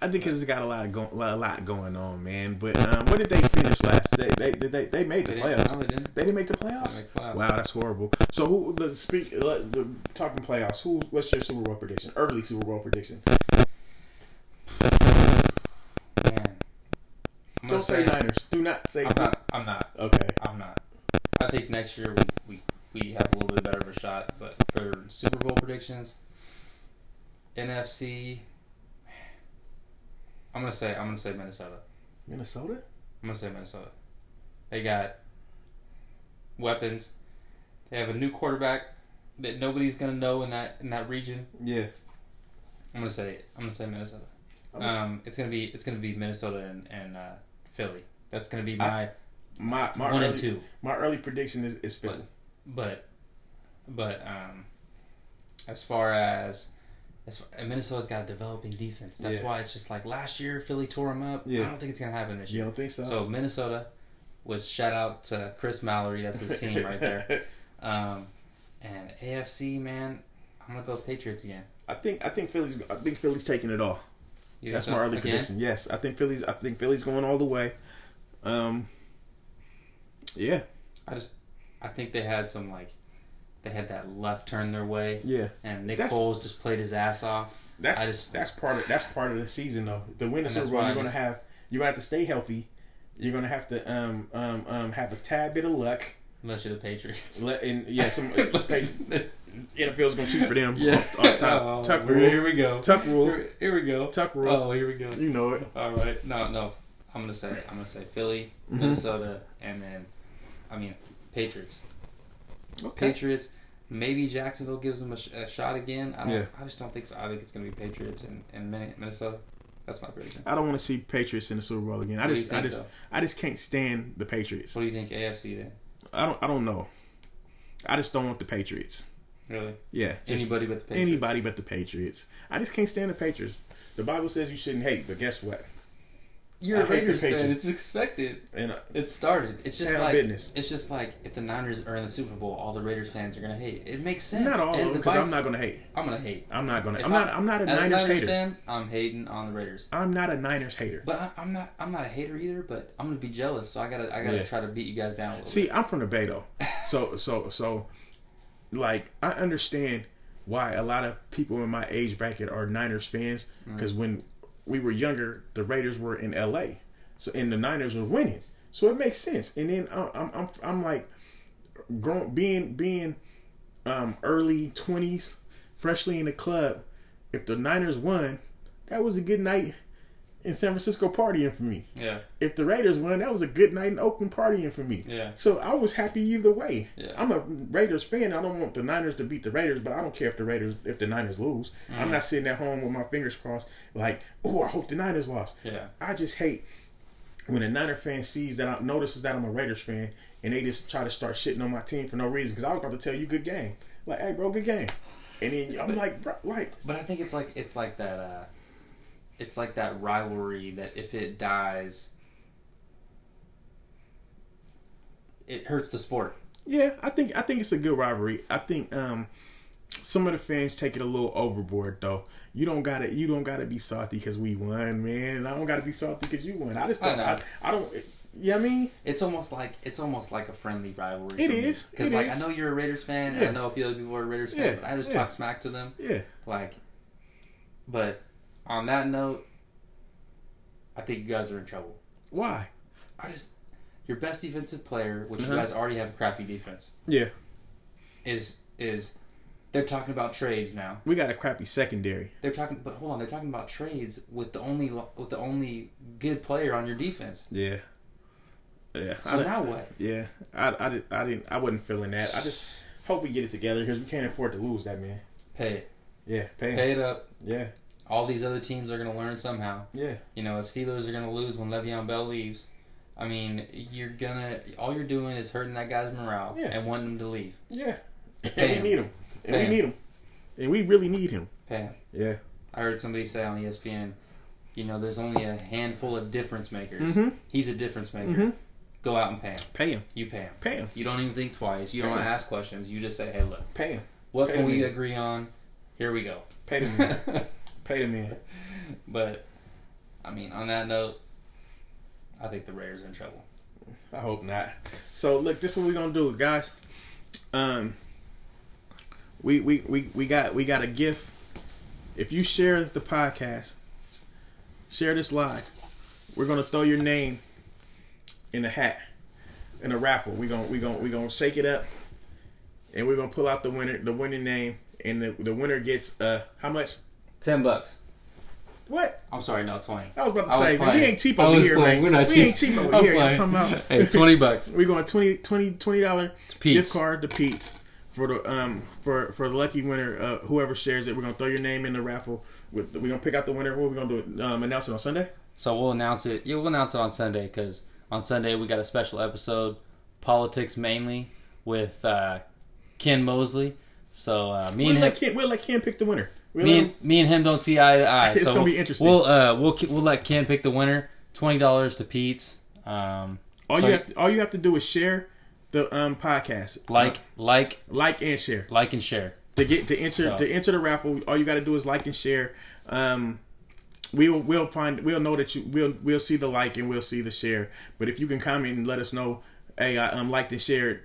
I think because it's got a lot of go- a lot going on, man. But um, what did they finish last? They they they, they, they made the They didn't- playoffs. no, they didn't. make the playoffs. They didn't make playoffs. Wow, that's horrible. So who the speak uh, the, talking playoffs? Who what's your Super Bowl prediction? Early Super Bowl prediction. Man. I'm gonna Don't say Niners. Do not say. I'm not I'm not. Okay. I'm not. I think next year we, we, we have a little bit better of a shot, but for Super Bowl predictions, NFC I'm gonna say I'm gonna say Minnesota. Minnesota. I'm gonna say Minnesota. They got weapons. They have a new quarterback that nobody's gonna know in that in that region. Yeah. I'm gonna say I'm gonna say Minnesota. I'm just- Um, it's gonna be it's gonna be Minnesota and, and uh, Philly. That's gonna be my my Ah, my one early, and two. My early prediction is is Philly. But but um, as far as as far, and Minnesota's got a developing defense. That's Yeah. why it's just like last year Philly tore them up. Yeah. I don't think it's gonna happen this You year. don't think so? So Minnesota was shout out to Chris Mallory. That's his team right [laughs] there. Um, and AFC, man, I'm gonna go Patriots again. I think I think Philly's I think Philly's taking it all. You That's think my so? early Again? prediction. Yes, I think Philly's. I think Philly's going all the way. Um. Yeah, I just, I think they had some like, they had that left turn their way, yeah. and Nick That's- Foles just played his ass off. That's I just- that's part of that's part of the season though. To win the And Super that's Bowl, why you're I gonna just- have you're gonna have to stay healthy. You're gonna have to um um um have a tad bit of luck. Unless you're the Patriots. Let, and [laughs] yeah, [laughs] some pay, NFL's gonna cheat for them. [laughs] yeah. off, off [laughs] top. Oh, tuck here, rule. here we go. Tuck rule. Here, here we go. Tuck rule. Oh, here we go. You know it. All right. No, no. I'm gonna say I'm gonna say Philly, Mm-hmm. Minnesota, and then, I mean, Patriots. Okay. Patriots. Maybe Jacksonville gives them a, sh- a shot again. I, don't, Yeah. I just don't think so. I think it's going to be Patriots and, and Min- Minnesota. That's my prediction. I don't want to see Patriots in the Super Bowl again. I What do just you I think, just though? I just can't stand the Patriots. What do you think AFC then? I don't I don't know. I just don't want the Patriots. Really? Yeah. just Anybody but the Patriots. anybody but the Patriots. I just can't stand the Patriots. The Bible says you shouldn't hate, but guess what? You're I a hate the Raiders fan. Patriots. It's expected. And uh, It started. It's just Handle like business. it's just like if the Niners are in the Super Bowl, all the Raiders fans are gonna hate. It makes sense. not all of And them the because I'm vice- not gonna hate. I'm gonna hate. I'm not gonna. If I'm not. I'm not a as Niners hater. fan. I'm hating on the Raiders, I'm not a Niners hater. but I, I'm not. I'm not a hater either. But I'm gonna be jealous, so I gotta. I gotta Yeah. try to beat you guys down. A little See, I'm from the Bay though, so so so, like I understand why a lot of people in my age bracket are Niners fans because when we were younger, the Raiders were in L.A. so and the Niners were winning, so it makes sense. And then I'm I'm I'm, I'm like grown being being um early twenties, freshly in the club. If the Niners won, that was a good night in San Francisco partying for me bit. Yeah. if the Raiders won, that was a good night in Oakland partying for me. Yeah. So I was happy either way. Yeah. I'm a Raiders fan. I don't want the Niners to beat the Raiders, but I don't care if the Raiders if the Niners lose. Mm. I'm not sitting at home with my fingers crossed like, oh, I hope the Niners lost. Yeah. I just hate when a Niner fan sees that I notices that I'm a Raiders fan and they just try to start shitting on my team for no reason because I was about to tell you good game. Like, hey bro, good game. And then I'm like, bro, like But I think it's like it's like that uh it's like that rivalry that if it dies it hurts the sport. Yeah, I think I think it's a good rivalry. I think um some of the fans take it a little overboard though. You don't gotta you don't gotta be salty because we won, man. And I don't gotta be salty because you won. I just I don't. I, know. I, don't. You know what I mean? It's almost like it's almost like a friendly rivalry. It is, Because it like is. I know you're a Raiders fan, and Yeah. I know a few other people are Raiders fans, Yeah, but I just yeah. talk smack to them. Yeah. Like but on that note, I think you guys are in trouble. Why? I just your best defensive player, which Uh-huh. you guys already have a crappy defense, Yeah. is is they're talking about trades now. We got a crappy secondary. They're talking, but hold on, they're talking about trades with the only lo- with the only good player on your defense. Yeah. Yeah. So I- now what? Yeah. I I, did, I didn't I wasn't feeling that. I just hope we get it together because we can't afford to lose that man. Pay it, Yeah. Pay. him. pay it up. Yeah. All these other teams are going to learn somehow. Yeah. You know, the Steelers are going to lose when Le'Veon Bell leaves. I mean, you're gonna all you're doing is hurting that guy's morale Yeah. and wanting him to leave. Yeah. And Bam. we need him. And Bam. we need him. And we really need him. Pay him. Yeah. I heard somebody say on E ESPN, you know, there's only a handful of difference makers. Mhm. He's a difference maker. Mhm. Go out and pay him. Pay him. You pay him. Pay him. You don't even think twice. You don't Pay him. ask questions. You just say, hey, look. Pay him. What Pay can the we man. agree on? Here we go. Pay the [laughs] man. Pay the man. but I mean, on that note, I think the Raiders are in trouble. I hope not. So look, this is what we're gonna do, guys. Um we we, we, we got we got a gift. If you share the podcast, share this live, we're gonna throw your name in a hat. In a raffle. We're gonna we gonna we gonna shake it up and we're gonna pull out the winner the winning name and the, the winner gets uh how much? Ten bucks. What? I'm sorry, no twenty. I was about to I was say, man, playing. we ain't cheap I over was here, playing. man. We're not we cheap. ain't cheap over I'm here. playing. You're talking about [laughs] Hey, 20 bucks. We're going 20 20 $20 dollar Pete's. gift card to Pete's for the um for for the lucky winner. Uh, whoever shares it, we're gonna throw your name in the raffle. We're, we're gonna pick out the winner. What are we gonna do? Um, announce it on Sunday. So we'll announce it. Yeah, we'll announce it on Sunday because on Sunday we got a special episode, politics mainly with uh, Ken Mosley. So uh, me We'll and him, let Ken, we'll let Ken pick the winner. We'll me let and him- me and him don't see [laughs] eye to eye. It's so gonna be interesting. We'll uh, we'll we'll let Ken pick the winner. Twenty dollars to Pete's. Um, all so- you have to, all you have to do is share the um podcast, Uh, like like like and share. like and share. to get to enter So- to enter the raffle all you got to do is like and share um we'll we'll find we'll know that you we'll we'll see the like and we'll see the share but if you can comment and let us know hey i um liked and shared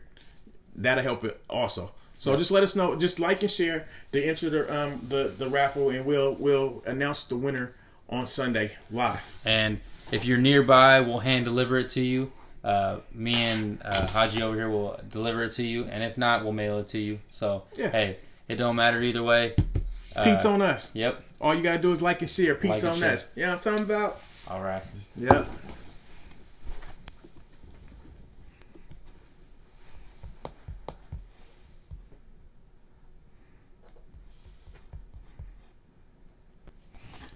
that'll help it also so just let us know just like and share to enter the um the the raffle and we'll we'll announce the winner on sunday live And if you're nearby, we'll hand deliver it to you. Uh, me and uh, Haji over here will deliver it to you, and if not, we'll mail it to you. So Yeah. hey, it don't matter either way. Uh, pete's on us Yep. all you gotta do is like and share Like pete's and on share. us yeah i'm talking about All right. yep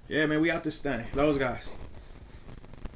Yeah, man, we out this thing. Those guys.